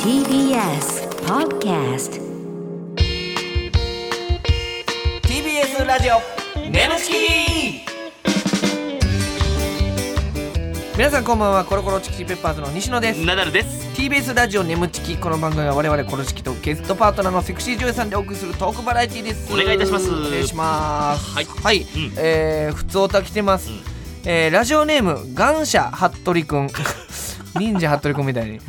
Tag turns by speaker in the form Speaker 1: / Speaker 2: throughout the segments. Speaker 1: TBS Podcast
Speaker 2: TBS ラジオネムチキ皆さんこんばんはコロコロチキチキペッパーズの西野です
Speaker 3: ナダルです。
Speaker 2: TBS ラジオネムチキこの番組は我々コロチキとゲストパートナーのセクシー女優さんでお送りするトークバラエティです
Speaker 3: お願いいたします
Speaker 2: お願いします
Speaker 3: はい
Speaker 2: はい、
Speaker 3: ん
Speaker 2: えー、ふつおた来てます、
Speaker 3: ん
Speaker 2: えーラジオネームガンシャ服部 くん忍者服部くんみたいに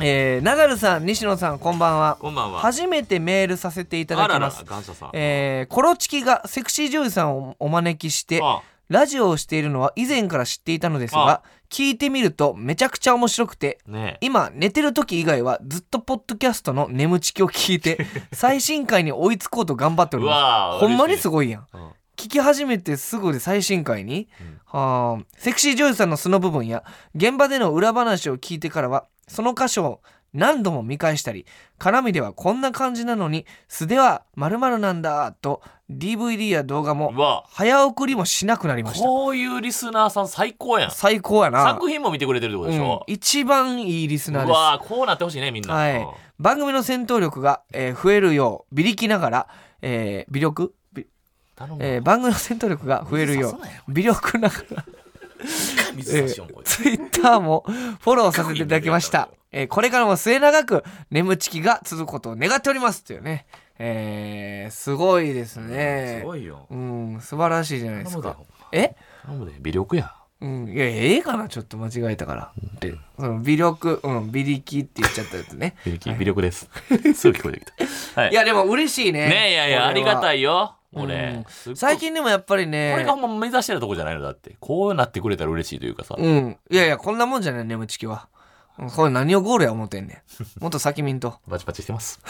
Speaker 2: えー、ナダルさん西野さんこんばんは
Speaker 3: こんばんは。
Speaker 2: 初めてメールさせていただ
Speaker 3: あ
Speaker 2: き
Speaker 3: ら
Speaker 2: ま
Speaker 3: ら
Speaker 2: す、
Speaker 3: 感謝さん。
Speaker 2: えーコロチキがセクシー女優さんをお招きして
Speaker 3: あ
Speaker 2: ラジオをしているのは以前から知っていたのです
Speaker 3: あ
Speaker 2: が聞いてみるとめちゃくちゃ面白くて
Speaker 3: ねえ。
Speaker 2: 今寝てる時以外はずっとポッドキャストの眠ちきを聞い て最新回に追いつこうと頑張っており
Speaker 3: うわ
Speaker 2: ま
Speaker 3: あ
Speaker 2: すほんまに
Speaker 3: 嬉しい
Speaker 2: すごいやん
Speaker 3: うん
Speaker 2: 聞き始めてすぐで最新回に、
Speaker 3: うん
Speaker 2: はあセクシー女優さんの素の部分や現場での裏話を聞いてからはその箇所を何度も見返したり絡みではこんな感じなのに素では〇〇なんだと DVD や動画
Speaker 3: う
Speaker 2: も
Speaker 3: わあ
Speaker 2: 早送りもしなくなりました
Speaker 3: こういうリスナーさん最高やん。
Speaker 2: 最高やな、
Speaker 3: 作品も見てくれてるってことでし
Speaker 2: うん
Speaker 3: ょ。
Speaker 2: 一番いいリス
Speaker 3: う
Speaker 2: ナーです
Speaker 3: わあこうなってほしいねみんな。
Speaker 2: はい
Speaker 3: うん
Speaker 2: 番組の戦闘力が、えー増えるよう微力ながら、えー微力、び
Speaker 3: 頼む。
Speaker 2: えー番組の戦闘力が増えるよ
Speaker 3: 水差すなよ
Speaker 2: う微力ながら
Speaker 3: 水差しよんこいつ。
Speaker 2: ツイッターもフォローさせていただきました。えーこれからも末永く眠ちきが続くことを願っておりますというね。えー、すごいですね
Speaker 3: す。ごいよ。
Speaker 2: うん、素晴らしいじゃないで
Speaker 3: 頼
Speaker 2: す
Speaker 3: むで
Speaker 2: か。。え
Speaker 3: 頼むで。微力や。
Speaker 2: うん、いや、ええかなちょっと間違えたから。って、その、微力、うん、微力って言っちゃったやつ ね。
Speaker 3: 微力微力です。すぐ聞こえてき た。はい
Speaker 2: い。や、でも嬉しいね。
Speaker 3: ねえいやいやありがた
Speaker 2: い。
Speaker 3: いよ。
Speaker 2: うん
Speaker 3: 俺。すっごい
Speaker 2: 最。近でもやっぱりね。
Speaker 3: これがほんま目指してるとこじゃないのだって。こうなってくれたら嬉しいというかさ。
Speaker 2: うん。いやいや、こんなもんじゃない、眠ちきは。うんこれ何をゴールや思ってんねん。もっと先見んと。
Speaker 3: バチバチし てます。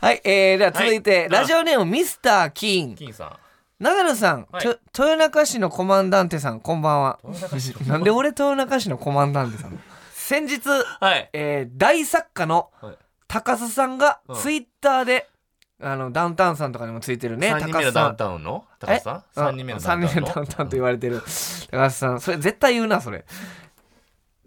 Speaker 2: はい、えー、では続いて、
Speaker 3: はい
Speaker 2: ラジオネームミスター・キーン。
Speaker 3: 金さん。
Speaker 2: ナダルさん、
Speaker 3: はい
Speaker 2: と豊中市のコマンダンテさん、こんばん は。 なんで俺豊中市のコマンダンテさん先日、
Speaker 3: はい。
Speaker 2: えー大作家の
Speaker 3: はい
Speaker 2: 高須さんが
Speaker 3: うん
Speaker 2: ツイッターで、あの、ダウンタウンさんとかにもついてるね、
Speaker 3: 三人目
Speaker 2: 高
Speaker 3: の
Speaker 2: 須
Speaker 3: ダ
Speaker 2: さ
Speaker 3: ウン
Speaker 2: ん。
Speaker 3: タウンの高
Speaker 2: え
Speaker 3: 橋さん
Speaker 2: うん
Speaker 3: 三人目のダウンタウン
Speaker 2: 三
Speaker 3: の
Speaker 2: 人目のダウンタウンと言われてる高須さんそれ絶対言うなそれ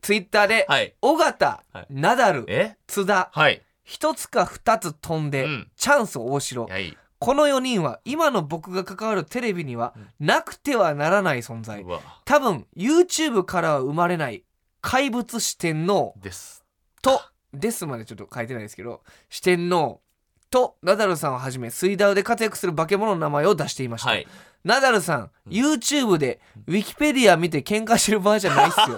Speaker 2: ツイッターで
Speaker 3: はい
Speaker 2: 尾形、
Speaker 3: はい
Speaker 2: ナダル
Speaker 3: え
Speaker 2: 津田
Speaker 3: はい
Speaker 2: 一つか二つ飛んで、
Speaker 3: うん
Speaker 2: チャンス大城
Speaker 3: はい
Speaker 2: この4人は今の僕が関わるテレビにはなくてはならない存在
Speaker 3: うわ
Speaker 2: 多分 YouTube からは生まれない怪物四天王
Speaker 3: です
Speaker 2: とですまでちょっと書いてないですけど四天王とナダルさんをはじめ水ダウで活躍する化け物の名前を出していました、
Speaker 3: はい
Speaker 2: ナダルさん YouTube で Wikipedia 見て喧嘩してる場合じゃないっす よ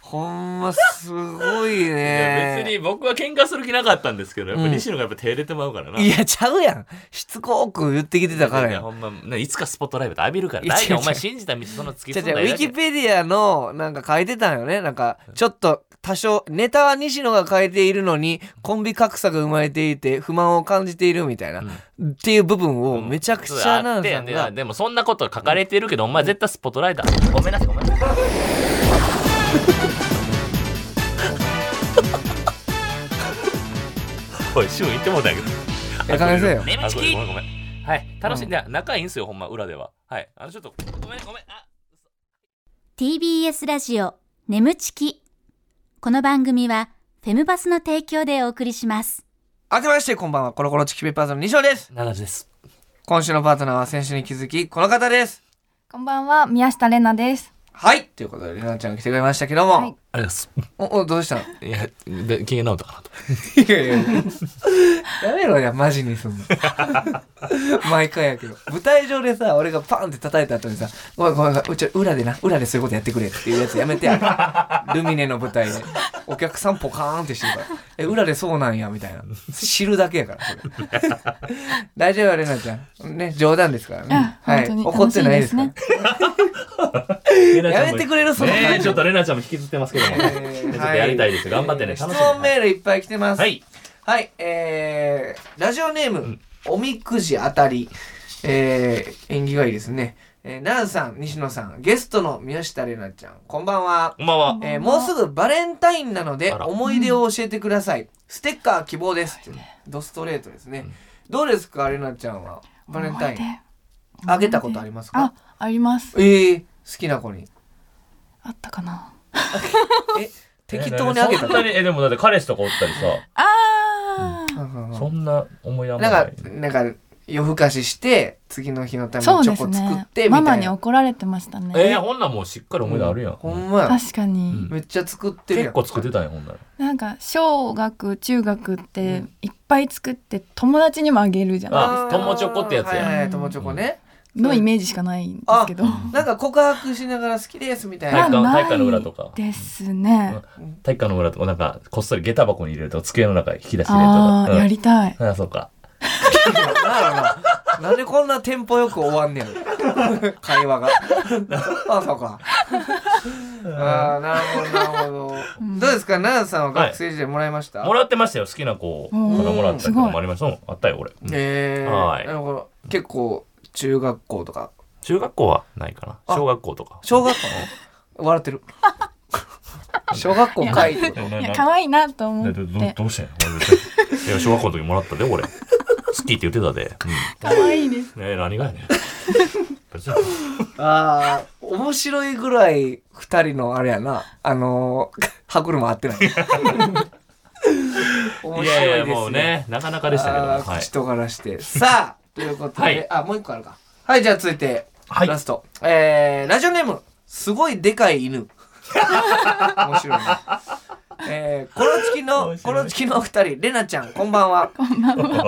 Speaker 2: ほんますごい
Speaker 3: いや
Speaker 2: ね
Speaker 3: 別に僕は喧嘩する気なかったんですけどやっぱ
Speaker 2: うん
Speaker 3: 西野がやっぱ手出てまうからない
Speaker 2: やちゃうやんしつこく言ってきてたから
Speaker 3: いや
Speaker 2: や
Speaker 3: ほんまねいつかスポットライト浴びるから
Speaker 2: いや
Speaker 3: 大
Speaker 2: 違う違う
Speaker 3: 丈夫お前信じた道その突き
Speaker 2: じ
Speaker 3: 進
Speaker 2: ゃ
Speaker 3: ん
Speaker 2: じ
Speaker 3: だ
Speaker 2: ゃウ
Speaker 3: らええ
Speaker 2: ィ
Speaker 3: だけ
Speaker 2: キペディアのなんか書いてたんよねなんかちょっと多少ネタは西野が書いているのにコンビ格差が生まれていて不満を感じているみたいな、っていう部分をめちゃくちゃな
Speaker 3: あ
Speaker 2: ん
Speaker 3: って
Speaker 2: さん
Speaker 3: いや
Speaker 2: が
Speaker 3: でもそんなこと書かれてるけどお前絶対スポットライト浴びごめんなさいごめんなさいおいシュン言ってもうたんやけど
Speaker 2: えかげせよ
Speaker 3: ネムチキごめんごめん。はい、楽しんで、仲いいんすよ、ほんま、裏では。はい、あの、ちょっと、ごめん、ごめん、あ
Speaker 4: TBS ラジオ眠ちきこの番組はフェムバスの提供でお送りします
Speaker 2: 明けましてこんばんはコロコロチキペッパーズの西野です
Speaker 3: ならです。
Speaker 2: 今週のパートナーは先週に気づきこの方です
Speaker 5: こんばんは、宮下玲奈です。
Speaker 2: はいということでれなちゃんが来てくれましたけども、
Speaker 5: はい
Speaker 3: ありがとう
Speaker 2: おおどうしたの
Speaker 3: ございます。いや、で、機嫌直ったかなと。
Speaker 2: いやいややめろやマジにすんの 毎回やけど舞台上でさ俺がパンって叩いた後にさ「ごめんごめんごめんうち裏でな裏でそういうことやってくれ」っていうやつやめてやルミネの舞台でお客さんポカーンってしてるから「え裏でそうなんや」みたいな知るだけやからそれ 大丈夫よ玲奈ちゃんね冗談ですからね、
Speaker 5: うん
Speaker 2: はい
Speaker 5: 本当に
Speaker 2: 怒ってないですからやめてくれるその感じ
Speaker 3: ねえちょっと、レナちゃんも引きずってますけども。ねちょっとやりたいです。頑張ってね、
Speaker 2: 質
Speaker 3: 楽し
Speaker 2: 問
Speaker 3: んで。
Speaker 2: メールいっぱい来てます。
Speaker 3: はい。
Speaker 2: はい、えー、ラジオネーム、おみくじあたり、えー、縁起がいいですね。えー、ナンさん、西野さん、ゲストの宮下玲奈ちゃん、こんばんは。
Speaker 3: こんばんは。
Speaker 2: えー、もうすぐバレンタインなので、
Speaker 3: あら
Speaker 2: 思い出を教えてください。ステッカー希望です。ドストレートですね。どうですか、玲奈ちゃんは。バレンタイン。あげたことありますか
Speaker 5: あ、あります。
Speaker 2: えー、好きな子に。
Speaker 5: あったかな。
Speaker 2: え適当にあげた
Speaker 3: そんなにえでもだって彼氏とかおったりさ
Speaker 5: あー、
Speaker 2: うんうんうん
Speaker 3: そんな思いやまな
Speaker 2: なん
Speaker 3: い
Speaker 2: かなんか夜更かしして次の日のため
Speaker 5: そ
Speaker 2: に
Speaker 5: う
Speaker 2: チ
Speaker 5: で
Speaker 2: ョコ
Speaker 5: す
Speaker 2: 作っ
Speaker 5: ね
Speaker 2: てみたいな
Speaker 5: ママに怒られてましたね、
Speaker 3: えー、ほんなんもうしっかり思い出あるやん、
Speaker 2: ほんまや
Speaker 5: 確かに、
Speaker 3: うん
Speaker 2: めっちゃ作ってるや
Speaker 3: 結
Speaker 2: ん
Speaker 3: 構作ってたんやほんなら
Speaker 5: なんか小学中学っていっぱい作って友達にもあげるじゃない
Speaker 3: あ友チョコってやつや
Speaker 2: はいはい友チョコね
Speaker 5: のイメージしかないんですけど
Speaker 2: なんか告白しながら好きですみたい
Speaker 3: 体
Speaker 5: は
Speaker 2: な
Speaker 5: あ
Speaker 3: 育館
Speaker 5: な
Speaker 3: 体
Speaker 5: い
Speaker 3: 育館の裏とか
Speaker 5: ですね
Speaker 3: 体育館の裏とかなんかこっそり下駄箱に入れるとか机の中に引き出し入れると
Speaker 5: あ
Speaker 3: か
Speaker 5: あ、
Speaker 3: うん
Speaker 5: やりたい
Speaker 3: あそうか
Speaker 2: なんやろ ななんでこんなテンポよく終わん ねやろ会話 があそうかああなるほどなるほど、
Speaker 5: ん
Speaker 2: どうですか奈々さんは学生時代もらいました、
Speaker 3: もらってましたよ好きな子からもらったりとかもありましたうんあったよ俺、うん
Speaker 2: えー
Speaker 3: はい
Speaker 2: なるほど結構中学校とか
Speaker 3: 中学校はないか
Speaker 2: あ
Speaker 3: な小学校とか
Speaker 2: 小 学校笑ってる小学校かいってこと
Speaker 5: いや可愛いなと思っ
Speaker 3: ね
Speaker 5: て
Speaker 3: どどどうしたんや俺別にいや小学校の時もらったで俺好きって言ってたで、
Speaker 5: 可愛いです
Speaker 3: うん、ねえ何がやねん別に
Speaker 2: ああ面白いぐらい二人のあれやなあのー歯車合ってない 面白いですね
Speaker 3: いやいやもうねなかなかでしたけども
Speaker 2: あー
Speaker 3: はい
Speaker 2: 口とがらして、さあということで、
Speaker 3: はい
Speaker 2: あもう一個あるかはいじゃあ続いて、
Speaker 3: はい
Speaker 2: ラストえー、ラジオネームすごいでかい 犬面白いねえー、コロチキの
Speaker 3: 面白
Speaker 2: コ
Speaker 3: い
Speaker 2: ロチキのお二人レナちゃんこんばんは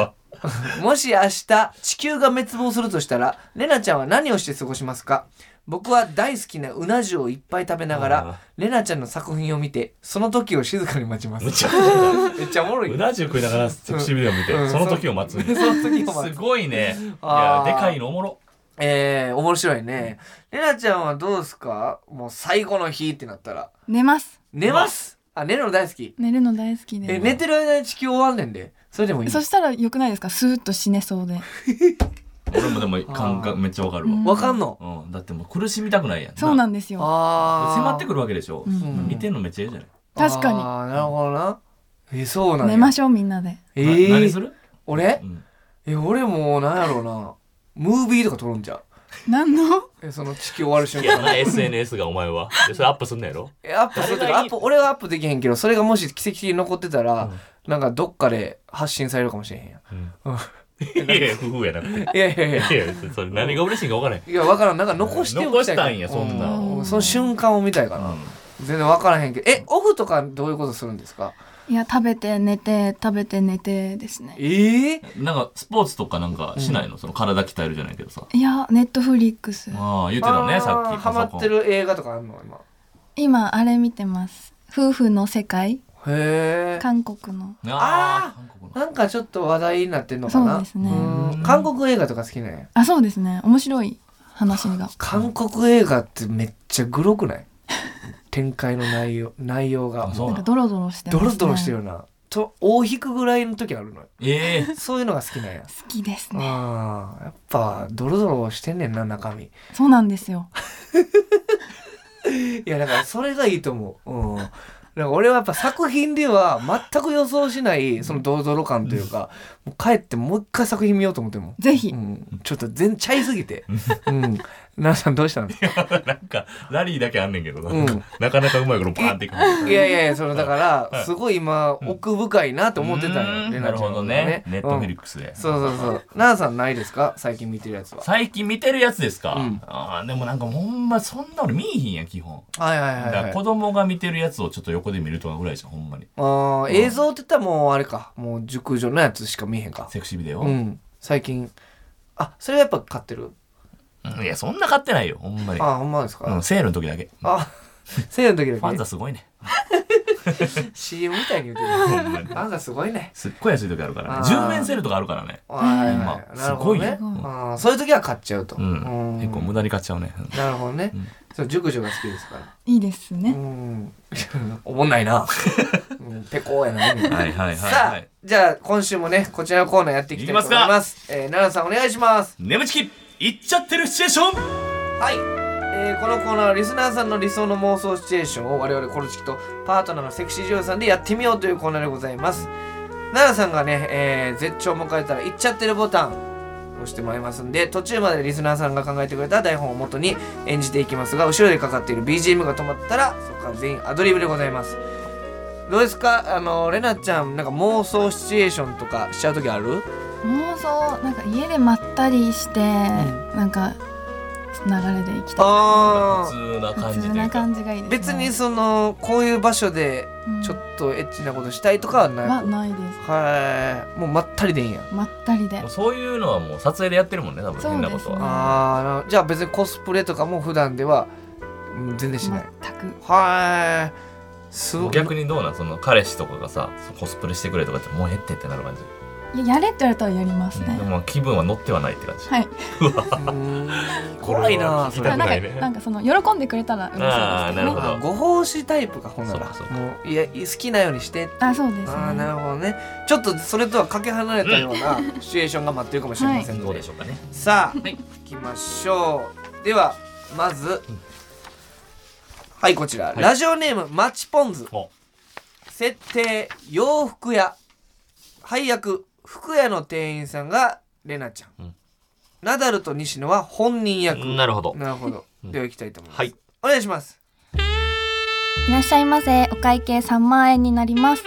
Speaker 2: もし明日地球が滅亡するとしたらレナちゃんは何をして過ごしますか僕は大好きなうな重をいっぱい食べなが
Speaker 3: あー
Speaker 2: らレナちゃんの作品を見てその時を静かに待ちます
Speaker 3: むちゃくちゃだ
Speaker 2: めっちゃおもろいね
Speaker 3: うな重食いながらセクシービデオ見て、
Speaker 2: うん
Speaker 3: その時を待つん だ
Speaker 2: その時を待つ
Speaker 3: すごいねい
Speaker 2: あ
Speaker 3: や
Speaker 2: ー
Speaker 3: でかいのおもろ
Speaker 2: ええ面白いね。レナちゃんはどうですかもう最後の日ってなったら。
Speaker 5: 寝ます
Speaker 2: 寝ますあ、寝るの大好き。
Speaker 5: 寝るの大好き
Speaker 2: え、
Speaker 5: で
Speaker 2: 寝てる間に地球終わんねんで。それでもいい。
Speaker 5: そしたら良くないですかスーッと死ねそうで
Speaker 3: 俺もでも感覚めっちゃわかるわ、
Speaker 2: わかんの
Speaker 3: うんだってもう苦しみたくないやん
Speaker 5: そうなんんですよ
Speaker 2: ああ。
Speaker 3: 迫ってく
Speaker 2: る。
Speaker 3: るわけでしょ、
Speaker 5: うん
Speaker 3: 見てんのめっちゃいいじゃない、
Speaker 5: 確かに
Speaker 2: ああ、なるほどな。え、そうなんや
Speaker 5: 寝ましょうみんなで
Speaker 2: え
Speaker 3: な
Speaker 2: ー、
Speaker 3: 何する、
Speaker 2: 俺
Speaker 3: うん
Speaker 2: え、俺もうなんやろうな。ムービーとか撮るんじゃん。
Speaker 5: 何の
Speaker 2: え、その地球終わる瞬
Speaker 3: いや
Speaker 2: 間。
Speaker 3: な SNS がお前はでそれアップすんのやろ
Speaker 2: え、アップするとか、アップ、俺はアップできへんけど、それがもし奇跡的に残ってたら、なんかどっかで発信されるかもしれへんやん。
Speaker 3: いやいや夫婦やなくて
Speaker 2: いやいやいや。
Speaker 3: いやそれ何が嬉しいんか分からへん
Speaker 2: いや、わからん。なんか残しておきたいか
Speaker 3: 残したんやそんな
Speaker 2: ううその瞬間を見たいかな。全然わからへんけど。え、オフとかどういうことするんですか
Speaker 5: いや食べて寝て食べて寝てですね
Speaker 2: ええ
Speaker 3: なんかスポーツとかなんかしないの、その体鍛えるじゃないけどさ
Speaker 5: いやネットフリックス
Speaker 3: ああ言ってたねさっき
Speaker 2: ハマって
Speaker 3: パソ
Speaker 2: る映画とかあるの今。
Speaker 5: 今あれ見てます夫婦の世界
Speaker 2: へえ。
Speaker 5: 韓国の
Speaker 3: コンああ韓国の
Speaker 2: なんかちょっと話題になってんのかな
Speaker 5: そうですね
Speaker 2: うん韓国映画とか好きね。
Speaker 5: あそうですね面白い話 が
Speaker 2: 韓国映画ってめっちゃグロくない展開の内容、内容が。
Speaker 3: あそう
Speaker 5: なんか
Speaker 2: も
Speaker 5: ドロドロして
Speaker 2: う
Speaker 5: ます、
Speaker 2: ド
Speaker 5: ね、
Speaker 2: ロドロしてるよな。と、大引くぐらいの時あるのよ。
Speaker 3: ええ
Speaker 2: そういうのが好きなんや。
Speaker 5: 好きですね
Speaker 2: ああ、やっぱ、ドロドロしてんねんな、中身。
Speaker 5: そうなんですよ
Speaker 2: いやだからそれがいいと思う。うん。だから俺はやっぱ作品では全く予想しないそのドロドロ感というか、もう帰ってもう一回作品見ようと思ってるもん。
Speaker 5: ぜひ
Speaker 2: うん、ちょっと全ちゃいすぎて。うん。なさんどうしたんですか
Speaker 3: なんかラリーだけあんねんけどな,、
Speaker 2: うん
Speaker 3: んか、なかなかうまいことバーンっていくもん
Speaker 2: いやいやいや、そのだか
Speaker 3: は
Speaker 2: ら、
Speaker 3: い
Speaker 2: すごい今、奥深いなと思ってたん
Speaker 3: うー
Speaker 2: よ
Speaker 3: ん
Speaker 2: レ
Speaker 3: な
Speaker 2: ナ
Speaker 3: る
Speaker 2: ちゃん
Speaker 3: ほ
Speaker 2: の
Speaker 3: ど
Speaker 2: は
Speaker 3: ねネットフィリ
Speaker 2: うん
Speaker 3: ックスで、
Speaker 2: そうそうそう。なあさんないですか最近見てるやつは。
Speaker 3: 最近見てるやつですか、
Speaker 2: うん
Speaker 3: ああでもなんかほんまそんなの見えひんやん基本
Speaker 2: はいはい
Speaker 3: だ
Speaker 2: は
Speaker 3: か
Speaker 2: い、
Speaker 3: ら
Speaker 2: はい
Speaker 3: 子。供が見てるやつをちょっと横で見るとかぐらいじゃんほんまに
Speaker 2: あー映像って言ったらもうあれか。もう熟女のやつしか見えへんか。
Speaker 3: セクシービデオ、
Speaker 2: うん。最近。あ、それはやっぱ買ってる
Speaker 3: うんいやそんな買ってないよほんまに、
Speaker 2: あ、ほんまですか、
Speaker 3: うん、セールの時だけフ
Speaker 2: あ、せいやの時
Speaker 3: ァ
Speaker 2: だ
Speaker 3: ン
Speaker 2: け
Speaker 3: ザすごいね
Speaker 2: CM みたいに言って
Speaker 3: ほ
Speaker 2: る。
Speaker 3: んまに
Speaker 2: ファンザすごいね。
Speaker 3: すっごい安い時あるから
Speaker 2: あ
Speaker 3: ね
Speaker 2: ー
Speaker 3: 10円セールとかあるからね
Speaker 2: はい
Speaker 3: ま
Speaker 2: は
Speaker 3: あ
Speaker 2: いなるほどね
Speaker 3: すごいよ
Speaker 2: あーそういう時は買っちゃうと。
Speaker 3: うん
Speaker 2: うん
Speaker 3: 結構無駄に買っちゃうねうん
Speaker 2: なるほどね。そう熟女が好きですから。
Speaker 5: いいです
Speaker 2: う
Speaker 5: ね
Speaker 2: ん。おもんないな。うんペコーやな。今
Speaker 3: はいはいはいは
Speaker 2: さあ
Speaker 3: い、
Speaker 2: じゃあ今週もね、こちらのコーナーやっていきたいと思います。えー奈良さんお願いします。
Speaker 3: 眠ちき行っちゃってるシチュエーション
Speaker 2: はい、えーこのコーナーはリスナーさんの理想の妄想シチュエーションを我々コルチキとパートナーのセクシー女優さんでやってみようというコーナーでございます奈良さんがね、えー絶頂を迎えたら「いっちゃってるボタン」押してもらいますんで途中までリスナーさんが考えてくれた台本を元に演じていきますが後ろでかかっている BGM が止まったらそこから全員アドリブでございますどうですかあのレナちゃんなんか妄想シチュエーションとかしちゃう時ある
Speaker 5: 妄想なんか家でまったりして、なんか流れで行きた
Speaker 2: あー
Speaker 3: 普通ない感
Speaker 5: 普
Speaker 3: じ
Speaker 5: 通
Speaker 3: という
Speaker 5: な
Speaker 3: か
Speaker 5: 感じがいいです、
Speaker 2: 別にそのこういう場所で
Speaker 5: うん
Speaker 2: ちょっとエッチなことしたいとかはない、
Speaker 5: はないです
Speaker 2: はいもうまったりでいいんや
Speaker 5: まったりで
Speaker 3: もうそういうのはもう撮影でやってるもんね多分
Speaker 5: そう
Speaker 3: 変
Speaker 5: ですね
Speaker 3: なことは
Speaker 2: あーなるほどじゃあ別にコスプレとかも普段ではうん全然しない、
Speaker 5: 全く
Speaker 2: はいすごい
Speaker 3: 逆にどうなんその彼氏とかがさコスプレしてくれとかってもう減ってってなる感じ、
Speaker 5: いややれって言われたらやりますね
Speaker 3: で、も気分は乗ってはないって感じ、
Speaker 5: はい
Speaker 2: 怖いなそ
Speaker 3: こ
Speaker 2: れ
Speaker 3: れは聞
Speaker 5: なんか
Speaker 3: きたくないね
Speaker 5: なんかその喜んでくれたら嬉しい
Speaker 3: あー
Speaker 5: です
Speaker 3: な
Speaker 5: け
Speaker 3: るほ
Speaker 5: どね
Speaker 3: ど
Speaker 2: あご奉仕タイプかほんなら
Speaker 3: そうかそうか
Speaker 2: もういや好きなようにして
Speaker 5: あそうですね
Speaker 2: ああなるほどねちょっとそれとはかけ離れたようなシチュエーションが待ってるかもしれませんので、
Speaker 3: どうでしょうかね
Speaker 2: さあ、
Speaker 3: い
Speaker 2: い、きましょうではまずはいこちら、
Speaker 3: い
Speaker 2: ラジオネームマチポンズ
Speaker 3: お
Speaker 2: 設定洋服屋配役服屋の店員さんがレナちゃん、
Speaker 3: うん
Speaker 2: ナダルと西野は本人役
Speaker 3: なるほど
Speaker 2: なるほど
Speaker 3: うん
Speaker 2: では行きたいと思います、
Speaker 3: はい
Speaker 2: お願いします
Speaker 5: いらっしゃいませお会計3万円になります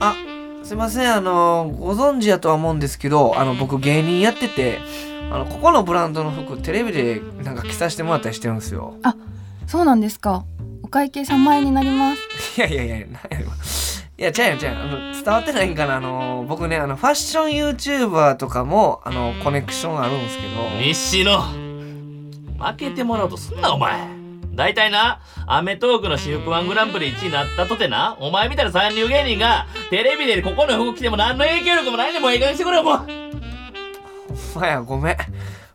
Speaker 2: あすいませんあのご存知やとは思うんですけどあの僕芸人やっててあのここのブランドの服テレビでなんか着させてもらったりしてるんですよ
Speaker 5: そうなんですかお会計3万円になります
Speaker 2: いやいやいや、なんやろ。いや、ちゃうやんちゃうやんあの、伝わってないんかな。あの、僕ね、あの、ファッション YouTuber とかも、あの、コネクションあるんですけど。
Speaker 3: 西野負けてもらおうとすんなお前大体な、アメトークの私服ワングランプリ1位になったとてな、お前みたいな三流芸人が、テレビでここの服着ても何の影響力もないねん、もうええ加減にしてくれよ、もう
Speaker 2: お前や、ごめん。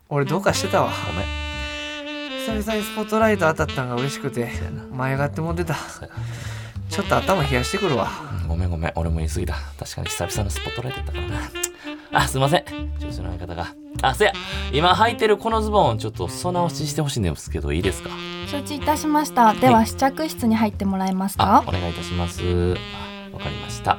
Speaker 2: 俺、どうかしてたわ。ごめん。久々にスポットライト当たったんが嬉しくて、前上がっても出た。ちょっと頭冷やしてくるわ。
Speaker 3: ごめんごめん、俺も言い過ぎた。確かに久々のスポットライトやったからな。あ、すいません。上司の相方が。あ、せや、今履いてるこのズボン、ちょっと裾直ししてほしいんですけど、いいですか
Speaker 5: 承知いたしましたで
Speaker 3: は
Speaker 5: は試着室に入ってもらえます
Speaker 3: あ
Speaker 5: か、
Speaker 3: お願いいたします。あわかりました。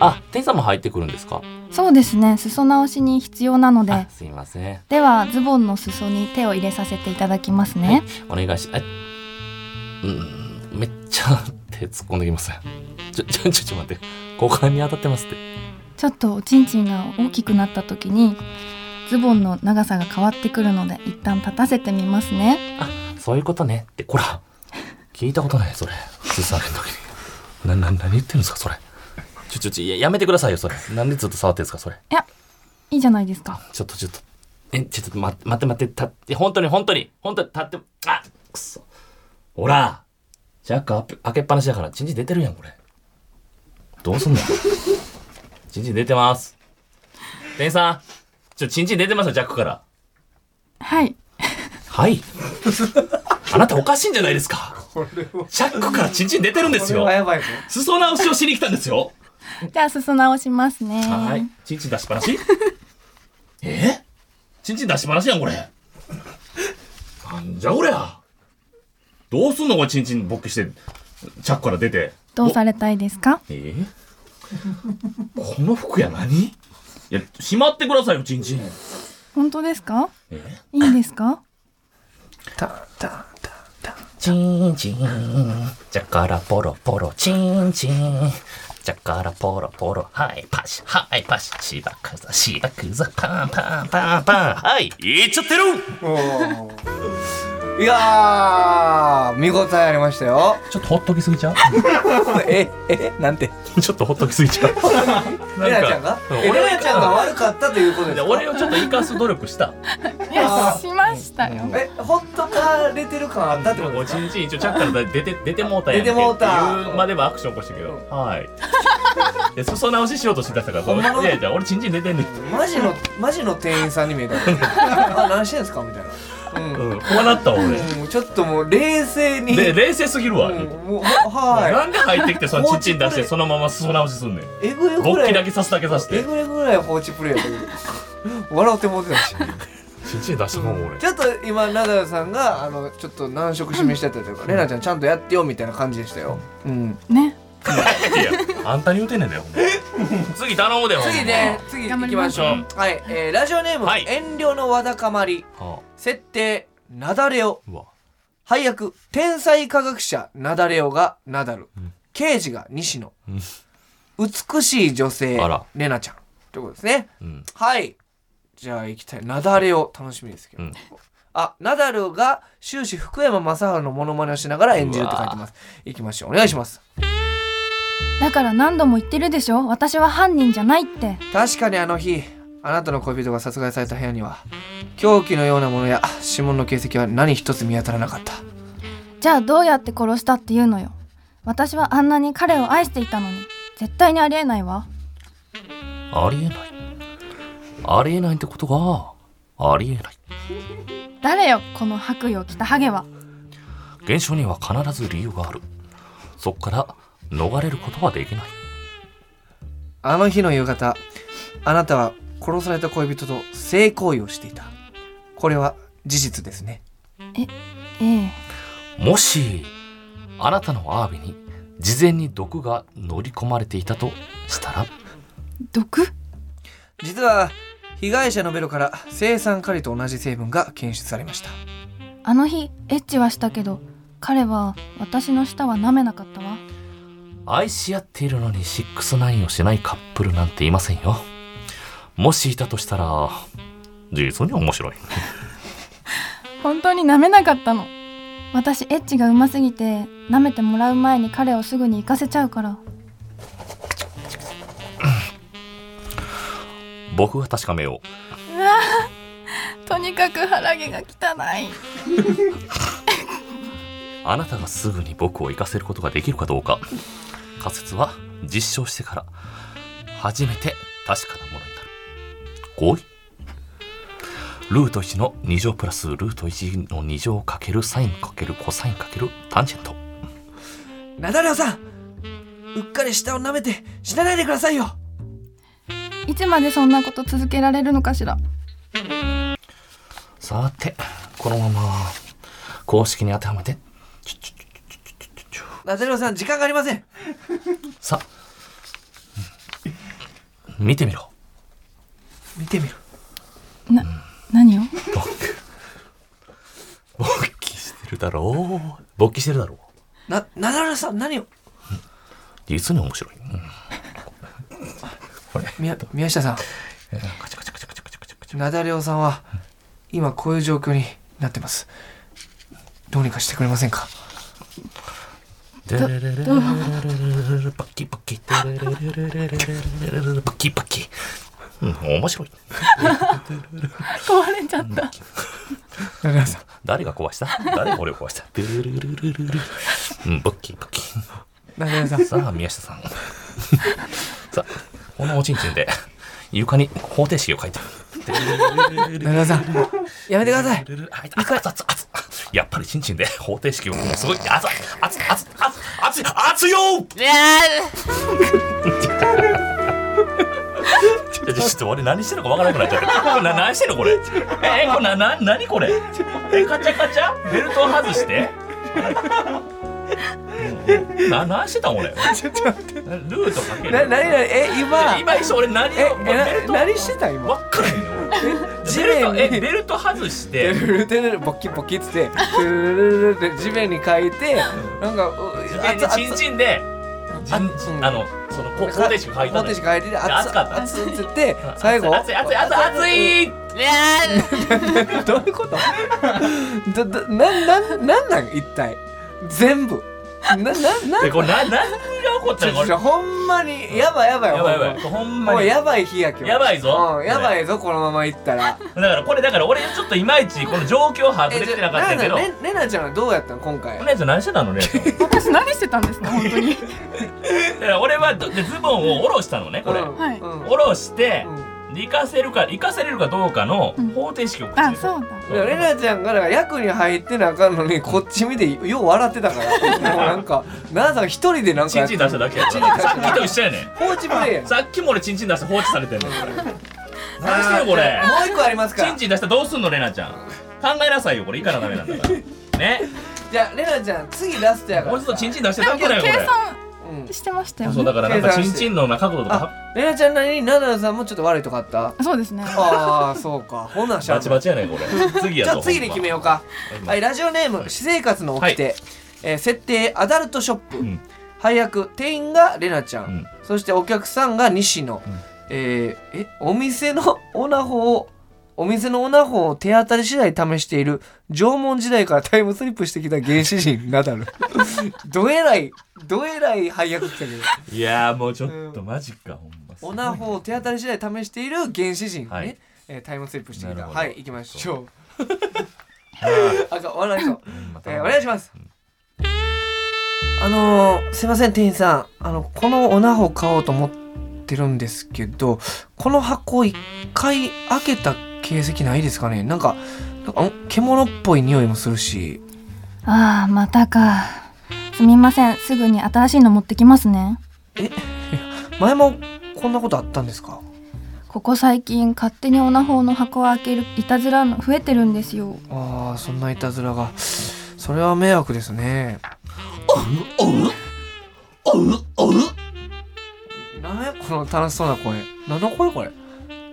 Speaker 3: あ、店員さんも入ってくるんですか
Speaker 5: そうですね裾直しに必要なので
Speaker 3: あ、すいません。
Speaker 5: ではズボンの裾に手を入れさせていただきますね、
Speaker 3: お願いし、え、うん、めっちゃ手突っ込んできます。ちょ、ちょ、ちょ、ちょ、待って。股間に当たってますって。
Speaker 5: ちょっとおちんちんが大きくなった時にズボンの長さが変わってくるので一旦立たせてみますね
Speaker 3: そういうことねって、こら、聞いたことない、それ。すさげの時に。な、な、何言ってるんですか、それ。ちょ、ちょ、ちょ、いややめてくださいよ、それ。なんでずっと触ってるんですか、それ。
Speaker 5: いやいいじゃないですか
Speaker 3: ちょっと、ちょっと。え、ちょっと、待って、待って、待って、立って、本当に、本当に、本当に、立って、あ、くそ。ほら、ジャック開け開けっぱなしだから、チンチン出てるやん、これ。どうすんのチンチン出てます。店員さん、ちょ、チンチン出てますよ、ジャックから。
Speaker 5: はい
Speaker 3: はい。あなたおかしいんじゃないですか。ジャックからチンチン出てるんです
Speaker 2: これ
Speaker 3: よ
Speaker 2: は。やばいぞ。
Speaker 3: 裾直しをしに来たんですよ。
Speaker 5: じゃあ裾直しますね
Speaker 3: はい。チンチン出しっぱなしえチンチン出しっぱなしやん、これ。なんじゃこりゃ。どうすんのこれ、チンチン勃起して、チャックから出て。
Speaker 5: どうされたいですか
Speaker 3: えこの服や何いや、しまってくださいよ、チンチン。
Speaker 5: 本当ですか
Speaker 3: え
Speaker 5: いいんですか
Speaker 2: た、た、た、た。
Speaker 3: チンチン、ジャカラポロポロ、チンチン、ジャカラポロポロ、はい、パシ、はい、パシ、しばくざ、しばくざ、パンパンパンパン、はい、いっちゃってる
Speaker 2: おーいやー、見応えありましたよ。
Speaker 3: ちょっとほっときすぎちゃう
Speaker 2: え、え、なんて。
Speaker 3: ちょっとほっときすぎちゃ う。
Speaker 2: レナちゃんが
Speaker 3: うん
Speaker 2: え
Speaker 3: 俺
Speaker 2: レナちゃんが悪かったということですか
Speaker 3: 俺をちょっと生かす努力した。
Speaker 5: いや
Speaker 2: あー
Speaker 5: しましたよ
Speaker 2: え、ほっとかれてる感あったってこと
Speaker 3: お
Speaker 2: です
Speaker 3: ち
Speaker 2: か
Speaker 3: んちん一応チャックから出て、出てもうたやんけ。
Speaker 2: 出てもうた
Speaker 3: っていうまではアクション起こしたけど、
Speaker 2: うん
Speaker 3: はい。いや、裾直ししようとしてたから、そ
Speaker 2: ほ
Speaker 3: の
Speaker 2: んまの
Speaker 3: いやいや、俺チンチン出てんねん。
Speaker 2: マジの、マジの店員さんに見えた。あ、何してんすかみたいな。うん。
Speaker 3: うん、こうなったわ俺。
Speaker 2: もうちょっともう冷静に。
Speaker 3: で、冷静すぎるわ。
Speaker 2: うんもう、は
Speaker 3: なんで入ってきてそのチンチン出してそのまま裾直しすんねん。
Speaker 2: い。えぐいぐ
Speaker 3: 勃
Speaker 2: ら
Speaker 3: 起だ
Speaker 2: い。
Speaker 3: けさすだけさし
Speaker 2: え
Speaker 3: て。
Speaker 2: ぐいぐらい放置プレイやったけど。笑ってもうてたし。
Speaker 3: チンチン出しても う俺。
Speaker 2: ちょっと今ナダルさんがあのちょっと難色示してたというか、レナちゃんちゃんとやってよみたいな感じでしたよ。うん。
Speaker 5: ね
Speaker 3: いや、あんたに言うてんねんだよ。ほんま次頼むでも
Speaker 2: 次ね、次行きましょう。
Speaker 3: 頑張りま
Speaker 2: はい、えーラジオネーム、
Speaker 3: はい
Speaker 2: 遠慮のわだかまり。
Speaker 3: あ
Speaker 2: 設定、なだれを。
Speaker 3: うわ
Speaker 2: 配役、天才科学者、なだれをがナダル。
Speaker 3: ん
Speaker 2: 刑事が西野。
Speaker 3: うん
Speaker 2: 美しい女性
Speaker 3: あら、
Speaker 2: レナちゃん。ということですね。
Speaker 3: うん
Speaker 2: はい。じゃあ行きたい。なだれを楽しみですけど。
Speaker 3: うん
Speaker 2: あ、ナダルが終始福山雅治のモノマネをしながら演じるって書いてます。行きましょう。お願いします。
Speaker 5: だから何度も言ってるでしょ私は犯人じゃないって
Speaker 2: 確かにあの日あなたの恋人が殺害された部屋には凶器のようなものや指紋の形跡は何一つ見当たらなかった
Speaker 5: じゃあどうやって殺したっていうのよ私はあんなに彼を愛していたのに絶対にありえないわ
Speaker 3: ありえないありえないってことがありえない
Speaker 5: 誰よこの白衣を着たハゲは
Speaker 3: 現象には必ず理由があるそこから逃れることはできない
Speaker 2: あの日の夕方あなたは殺された恋人と性行為をしていたこれは事実ですね
Speaker 5: ええ
Speaker 3: もしあなたのアワビに事前に毒が乗り込まれていたとしたら
Speaker 5: 毒
Speaker 2: 実は被害者のベロから青酸カリと同じ成分が検出されました
Speaker 5: あの日エッチはしたけど彼は私の舌は舐めなかったわ
Speaker 3: 愛し合っているのに69をしないカップルなんていませんよもしいたとしたら実に面白い
Speaker 5: 本当に舐めなかったの私エッチがうますぎて舐めてもらう前に彼をすぐに行かせちゃうから
Speaker 3: 僕が確かめよ
Speaker 5: とにかく腹毛が汚いう
Speaker 3: あなたがすぐに僕を行かせることができるかどうか仮説は実証してから初めて確かなものになる合意ルート1の2乗プラスルート1の2乗かけるサインかけるコサインかけるタンジェント
Speaker 2: ナダルさんうっかり舌を舐めて死なないでくださいよ
Speaker 5: いつまでそんなこと続けられるのかしら
Speaker 3: さてこのまま公式に当てはめてチュチュチュチュチュチュチュ
Speaker 2: ナダルさん時間がありません
Speaker 3: さうん見てみろ
Speaker 2: 見てみろ
Speaker 5: な何を
Speaker 3: 勃起勃起してるだろう勃起してるだろう
Speaker 2: なナダルさん何を
Speaker 3: 実に面白い、うんこれ
Speaker 2: 宮宮下さん
Speaker 3: カチャカチャカチャカチャカチャカチャカチャ
Speaker 2: ナダレオさんは今こういう状況になってますどうにかしてくれませんか
Speaker 3: デレレレレレレレレレレパッキパッキデレレレレレレレレレレパッキパッキうん面白い
Speaker 5: 壊れちゃった
Speaker 2: ナダレオさん
Speaker 3: 誰が壊した誰が俺を壊したデレレレレレレレうん勃起勃起
Speaker 2: ナダレオさん
Speaker 3: さあ宮下さんさあこのおちんちんで床に方程式を書いて
Speaker 2: ナダレオさんやめてください
Speaker 3: あいつ熱い熱い熱い熱いやっぱりちんちんで方程式をもうすごい熱い熱い熱い熱い熱い熱いよちょちょちょっと俺何してるのかわからなくなっちゃったこれな何してんのこれえこれなな何これえカチャカチャベルトを外してな何してたん俺ル
Speaker 2: ちょっと待って
Speaker 3: ートかける
Speaker 2: な何何え今
Speaker 3: 今一緒俺何を
Speaker 2: え
Speaker 3: ベル
Speaker 2: え
Speaker 3: ト
Speaker 2: な何してた今
Speaker 3: わっかんないの
Speaker 2: え地
Speaker 3: ベルト
Speaker 2: 面
Speaker 3: え
Speaker 2: に
Speaker 3: ベルト外し
Speaker 2: で
Speaker 3: て
Speaker 2: ルテルボキボキっつってルルルルルって地面に書いてなんか
Speaker 3: 地面にチンチンでじん
Speaker 2: うん
Speaker 3: あのそのこ方程式を書いたのよ
Speaker 2: し書いてて熱
Speaker 3: 熱かった
Speaker 2: 熱っつって
Speaker 3: うん
Speaker 2: 最後
Speaker 3: 熱い熱い熱い熱い熱いいや ー
Speaker 2: どういう ことどどななんなんなん一体全部な なな
Speaker 3: で
Speaker 2: ん
Speaker 3: これな何が起こったのこれ
Speaker 2: ちょほんまにやばいやばい
Speaker 3: やばいやばい
Speaker 2: ほんま
Speaker 3: ほん
Speaker 2: も
Speaker 3: ま
Speaker 2: う
Speaker 3: にだ
Speaker 2: やばい日や今日
Speaker 3: やばいぞ
Speaker 2: うんやばいぞこのまま行ったら
Speaker 3: からこれだから俺ちょっといまいちこの状況把握できてなかったけど
Speaker 2: じゃあレレナちゃんはどうやったの今回
Speaker 3: このやつ何してたのね
Speaker 5: 私何してたんですか本当に
Speaker 3: だから俺はどでズボンを下ろしたのねこれ
Speaker 2: うん
Speaker 5: はい
Speaker 2: うん
Speaker 3: 下ろして
Speaker 2: うん
Speaker 3: 行かせるか行かせれるかどうかの方程式をこっち
Speaker 5: あ
Speaker 3: に
Speaker 5: そうだ
Speaker 2: いやレナちゃんがだから役に入ってなあかんのにこっち見てよう笑ってたから もうなんか奈々さん一人でなんか
Speaker 3: チ
Speaker 2: や
Speaker 3: ン
Speaker 2: っ
Speaker 3: チ
Speaker 2: て
Speaker 3: ン出しただけやからさっきと一緒やねん
Speaker 2: 放置プレイやん
Speaker 3: さっきも俺チンチン出して放置されてんねん何してんのこれ
Speaker 2: もう一個ありますか
Speaker 3: チ
Speaker 2: ら
Speaker 3: ンチン出したらどうすんのレナちゃん考えなさいよこれいかなダメなんだからね
Speaker 2: じゃあレナちゃん次ラストやから
Speaker 3: 俺ちょっとチンチン出してただけ
Speaker 5: 計
Speaker 3: だよこれ
Speaker 5: 算
Speaker 2: うん
Speaker 5: してましたよ
Speaker 3: そうだ
Speaker 5: ね
Speaker 3: からなんかチンチンの中頃とか
Speaker 2: あレナちゃんなりにナダルさんもちょっと悪いとこあった
Speaker 5: そうですね
Speaker 2: ああそうかほなしゃあ
Speaker 3: バ
Speaker 2: ない
Speaker 3: チバチやねこれ 次
Speaker 2: じ
Speaker 3: や
Speaker 2: ゃ
Speaker 3: ぞ
Speaker 2: あ次で決めようかはいラジオネーム私生活の掟、えー設定アダルトショップ、
Speaker 3: うん
Speaker 2: 配役店員がレナちゃん、
Speaker 3: うん
Speaker 2: そしてお客さんが西野、
Speaker 3: ん
Speaker 2: えーえお店の オナホをお店のオナホを手当たり次第試している縄文時代からタイムスリップしてきた原始人ナ ダルどえらいどえらい配役ってたけど
Speaker 3: いやーもうちょっとマジかほんま
Speaker 2: オナホを手当たり次第試している原始人ね、
Speaker 3: はい
Speaker 2: えータイムスリップしてき
Speaker 3: なる
Speaker 2: た
Speaker 3: ほど
Speaker 2: はい行きましょう
Speaker 3: あー
Speaker 2: あか笑いそう
Speaker 3: うんまた
Speaker 2: えーお願いします。あのーすいません店員さんあのこのおなほ買おうと思ってるんですけどこの箱一回開けた形跡ないですかねなんかなんかん獣っぽい匂いもするし
Speaker 5: ああまたかすみませんすぐに新しいの持ってきますね
Speaker 2: 前もこんなことあったんですか
Speaker 5: ここ最近勝手にオナホの箱を開けるいたずらの増えてるんですよ
Speaker 2: あーそんないたずらがそれは迷惑ですねなんやこの楽しそうな声何の声これ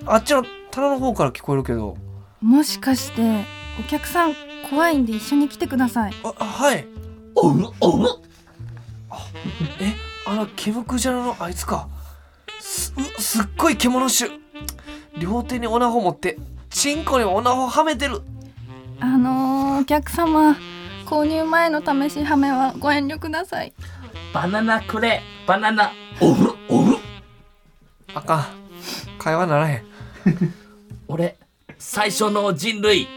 Speaker 2: あっちの棚の方から聞こえるけど
Speaker 5: もしかしてお客さん怖いんで一緒に来てください
Speaker 2: ああはいあえあの毛むくじゃらのあいつかすうすっごい獣種両手にオナホ持ってチンコにオナホはめてる
Speaker 5: あのー、お客様購入前の試しはめはご遠慮ください
Speaker 3: バナナくれバナナ
Speaker 2: あかん会話ならへん
Speaker 3: 俺最初の人類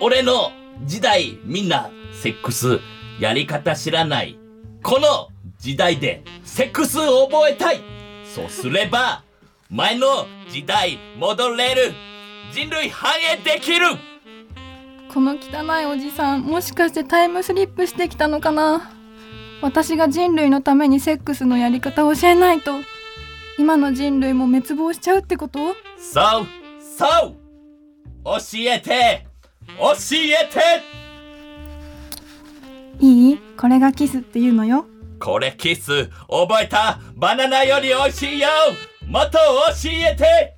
Speaker 3: 俺の時代みんなセックスやり方知らないこの時代でセックスを覚えたいそうすれば前の時代戻れる人類繁栄できる
Speaker 5: この汚いおじさんもしかしてタイムスリップしてきたのかな私が人類のためにセックスのやり方を教えないと今の人類も滅亡しちゃうってこと
Speaker 3: そうそう教えて教えて
Speaker 5: いいこれがキスっていうのよ
Speaker 3: これキス覚えたバナナより美味しいよもっと教えて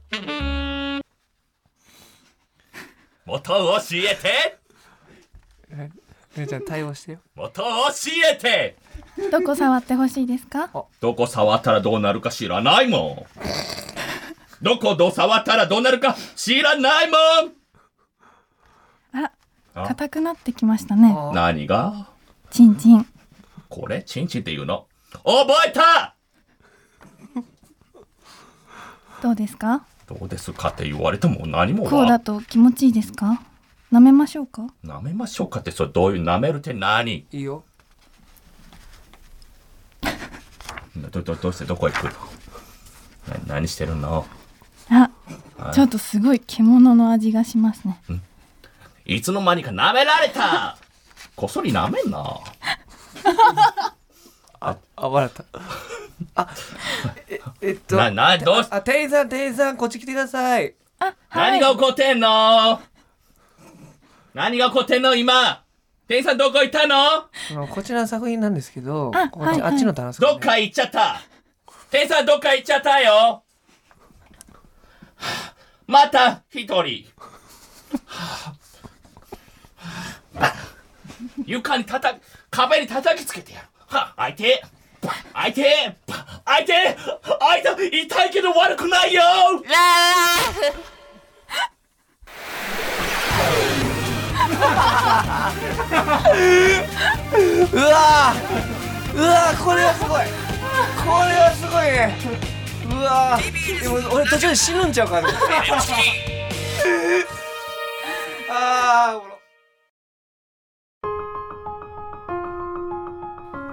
Speaker 3: もっと教えて
Speaker 2: 姉ちゃん対応してよ
Speaker 3: もっと教えて
Speaker 5: どこ触ってほしいですか
Speaker 3: どこ触ったらどうなるか知らないもんどこどう触ったらどうなるか知らないも
Speaker 5: あ
Speaker 3: あ
Speaker 5: 硬くなってきましたね
Speaker 3: ん何が
Speaker 5: チンチン
Speaker 3: これチンチンっていうの覚えた
Speaker 5: どうですか
Speaker 3: どうですかって言われても何も
Speaker 5: こうだ
Speaker 3: わ
Speaker 5: と気持ちいいですか舐めましょうか
Speaker 3: 舐めましょうかってそれどういう舐めるって何
Speaker 2: いいよ
Speaker 3: どどどうしてどこ行くな何してるの
Speaker 5: あ
Speaker 3: はい
Speaker 5: ちょっとすごい獣の味がしますね
Speaker 3: いつの間にか舐められたこっそり舐めんな
Speaker 2: あ笑った あええっと
Speaker 3: ななどうし
Speaker 2: あ店員さん店員さんこっち来てください
Speaker 5: あは
Speaker 3: 何
Speaker 5: い
Speaker 3: が起こってんの何が起こってんの今店員さんどこ行ったの
Speaker 2: あのこちらの作品なんですけど
Speaker 5: あ
Speaker 2: こっち
Speaker 5: はいはい
Speaker 2: あっちの棚です
Speaker 3: どっか行っちゃった店員さんどっか行っちゃったよまた一人床に叩き壁に叩きつけてやるは開いて開いて開いて開いた痛いけど悪くないよ
Speaker 2: うわーうわーこれはすごいこれはすごいねうわーでも俺途中で死ぬんちゃうかな あーおもろ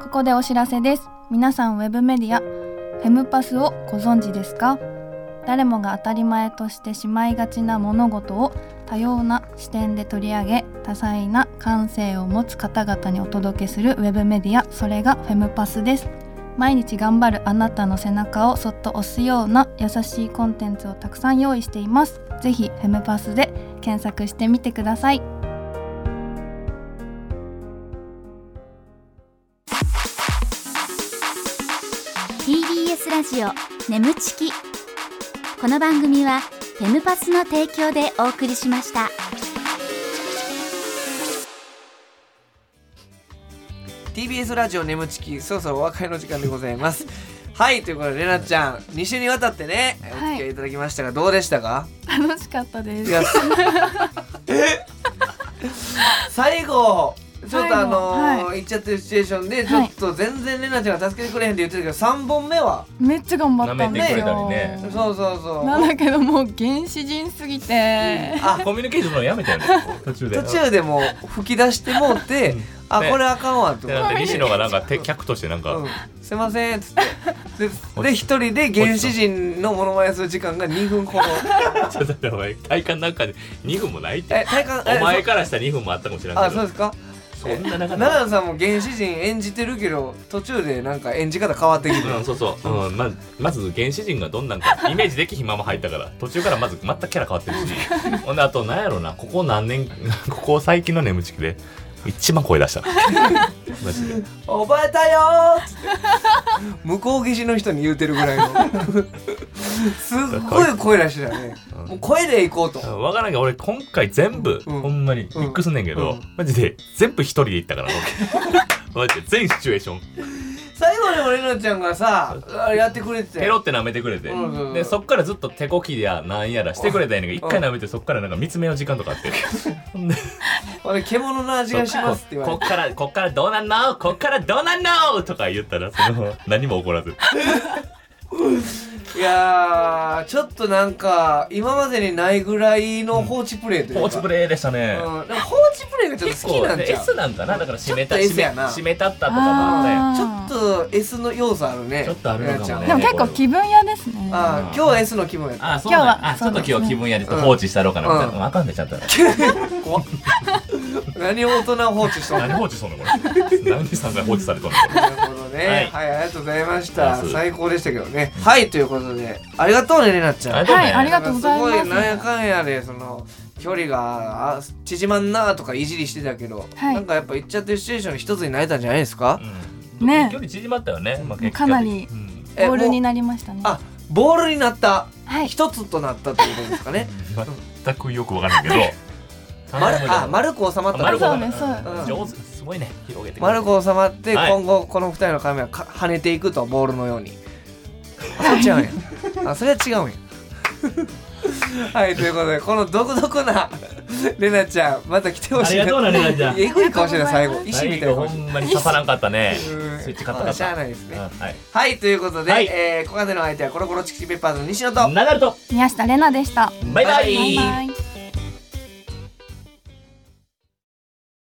Speaker 5: ここでお知らせです皆さんウェブメディアフェムパスをご存知ですか誰もが当たり前としてしまいがちな物事を多様な視点で取り上げ多彩な感性を持つ方々にお届けするウェブメディアそれがフェムパスです毎日頑張るあなたの背中をそっと押すような優しいコンテンツをたくさん用意していますぜひフェムパスで検索してみてください
Speaker 1: TBS
Speaker 4: TBS ラジオ眠ちきこの番組はフェムパスの提供でお送りしました
Speaker 2: TBS ラジオ眠ちきそろそろお別れの時間でございますはいということでれなちゃん2週にわたってねお付き合いいただきましたが、どうでしたか
Speaker 5: 楽しかったで
Speaker 2: い
Speaker 5: す。
Speaker 2: やえ最後ちょっとあの
Speaker 5: 最
Speaker 2: ー
Speaker 5: 後は
Speaker 2: 言っちゃってるシチュエーションでちょ
Speaker 5: はい
Speaker 2: っと全然れなちゃんが助けてくれへんって言ってたけど3本目は
Speaker 5: めっちゃ頑張ったんですよ。
Speaker 3: 舐めてく
Speaker 2: そうそうそう
Speaker 5: なんだけどもう原始人すぎて、
Speaker 2: あ
Speaker 3: コミュニケーション取るのやめたよね途中で
Speaker 2: 途中でもう吹き出してもうて、あ
Speaker 3: ね
Speaker 2: これあかんわと
Speaker 3: で
Speaker 2: 思
Speaker 3: な
Speaker 2: っ
Speaker 3: ん
Speaker 2: て
Speaker 3: か西野がなんか手客としてなんか、
Speaker 2: うんすいませんっつ ってでで一人で原始人のモノマネする時間が2分ほど
Speaker 3: ちょっと待ってお前体感なんかで2分もないって
Speaker 2: え体感え
Speaker 3: お前からしたら2分もあったかもしれん
Speaker 2: あそう
Speaker 3: けど
Speaker 2: ですか
Speaker 3: そんな中で
Speaker 2: 奈良さんも原始人演じてるけど途中でなんか演じ方変わってきて
Speaker 3: うん、そうそう、うん、ままず原始人がどんなんかイメージできひんまま入ったから途中からまず全くキャラ変わってるし ほんであとなんやろなここ何年 ここ最近の眠ちきで一番声出 したマジで
Speaker 2: 覚えたよ ーっつって向こう岸の人に言うてるぐらいの すっごい声出してたね
Speaker 3: うん
Speaker 2: もう声で行こうと
Speaker 3: 分からんけど俺今回全部、
Speaker 2: うん
Speaker 3: ほんまにミックスんねんけど、
Speaker 2: うん
Speaker 3: マジで全部一人で行ったから僕マジで全シチュエーション
Speaker 2: 最後にもれなちゃんがさあやってくれて
Speaker 3: ペ
Speaker 2: て
Speaker 3: ロって舐めてくれて、
Speaker 2: うんうんうん
Speaker 3: でそっからずっと手こきやなんやらしてくれたんやねんけど一回舐めてそっからなんか見つめの時間と かあってほんで
Speaker 2: 俺獣の味がしますって言われ
Speaker 3: こ
Speaker 2: て
Speaker 3: っからこっからどうなんのこっからどうなんのとか言ったら その何も起こらず
Speaker 2: いやーちょっとなんか今までにないぐらいの放置プレイというか、
Speaker 3: 放置プレイでしたね、
Speaker 2: うん、でも放置プレイがちょっと
Speaker 3: 結
Speaker 2: 好きな
Speaker 3: 構
Speaker 2: ん
Speaker 3: ね
Speaker 2: ちゃう
Speaker 3: S なんかなだから締めた
Speaker 2: ちょっと S
Speaker 3: 締め
Speaker 2: やな
Speaker 3: 締めたったとかもあったやん
Speaker 5: あ
Speaker 2: ちょっと S の要素あるね
Speaker 3: ちょっとあるのかも
Speaker 2: れな
Speaker 3: ね
Speaker 2: ちゃんは
Speaker 5: でも結構気分屋ですね。
Speaker 2: あー今日は S の気分やった
Speaker 3: あそうなん
Speaker 5: 今日は
Speaker 3: あちょっと
Speaker 5: そ
Speaker 3: 今
Speaker 5: うです
Speaker 3: 日
Speaker 5: ね
Speaker 3: 気分やりと放置したろうかなみたいな、
Speaker 2: うん
Speaker 3: うんあかんでちゃんと
Speaker 2: 怖っ何を大人放置しとんの
Speaker 3: 何放置しとんのこれ 何で散々放置されとんのこれ
Speaker 2: なるほどね、はい、ありがとうございました
Speaker 3: ありがとうござい。ます
Speaker 2: 最高でしたけどね。はい、ということで、ありがとうね、れなちゃん。
Speaker 3: あり
Speaker 5: はい、ありがとうございます
Speaker 2: すごいなんやかんやで、その。距離があ縮まんなとかいじりしてたけど、
Speaker 5: はい
Speaker 2: なんかやっぱ言っちゃってるシチュエーション一つになれたんじゃないですか、
Speaker 3: うん
Speaker 5: ね
Speaker 3: 距離縮まったよね、まあ、結果
Speaker 5: かなり
Speaker 3: うん
Speaker 5: ボールに
Speaker 2: な
Speaker 5: なりましたね。
Speaker 2: あボールになった
Speaker 5: はい。
Speaker 2: 一つとなったということですかね
Speaker 3: 全くよくわからんけど
Speaker 2: 丸あ丸く収まった
Speaker 3: 丸
Speaker 5: く
Speaker 3: 子
Speaker 5: そうねそう
Speaker 2: うん
Speaker 3: 上手すごいね広げて
Speaker 2: 丸く収まって、
Speaker 3: はい
Speaker 2: 今後この二人の髪はか跳ねていくとボールのようにそっちゃうんやあそれは違うんや はいということでこの独特なレナちゃんまた来てほ
Speaker 3: あ
Speaker 2: しい
Speaker 3: りがとうなれなちゃん
Speaker 2: えぐい顔してた最後石
Speaker 3: 最
Speaker 2: みたいな
Speaker 3: 後
Speaker 2: 顔
Speaker 3: ほ
Speaker 2: して
Speaker 3: んまに刺さらんかっ たね
Speaker 2: たうん
Speaker 3: スイッチ買った
Speaker 2: ま
Speaker 3: か
Speaker 2: あ
Speaker 3: っ
Speaker 2: しゃあ
Speaker 3: た
Speaker 2: ないです
Speaker 3: うん
Speaker 2: ね
Speaker 3: はい
Speaker 2: はいということで、
Speaker 3: はい
Speaker 2: えーここまでの相手はコロコロチキチキペッパーズの西野と
Speaker 3: 流れと
Speaker 5: 宮下玲奈でした。
Speaker 3: バイバ
Speaker 2: バイ
Speaker 3: イ
Speaker 5: バイバイ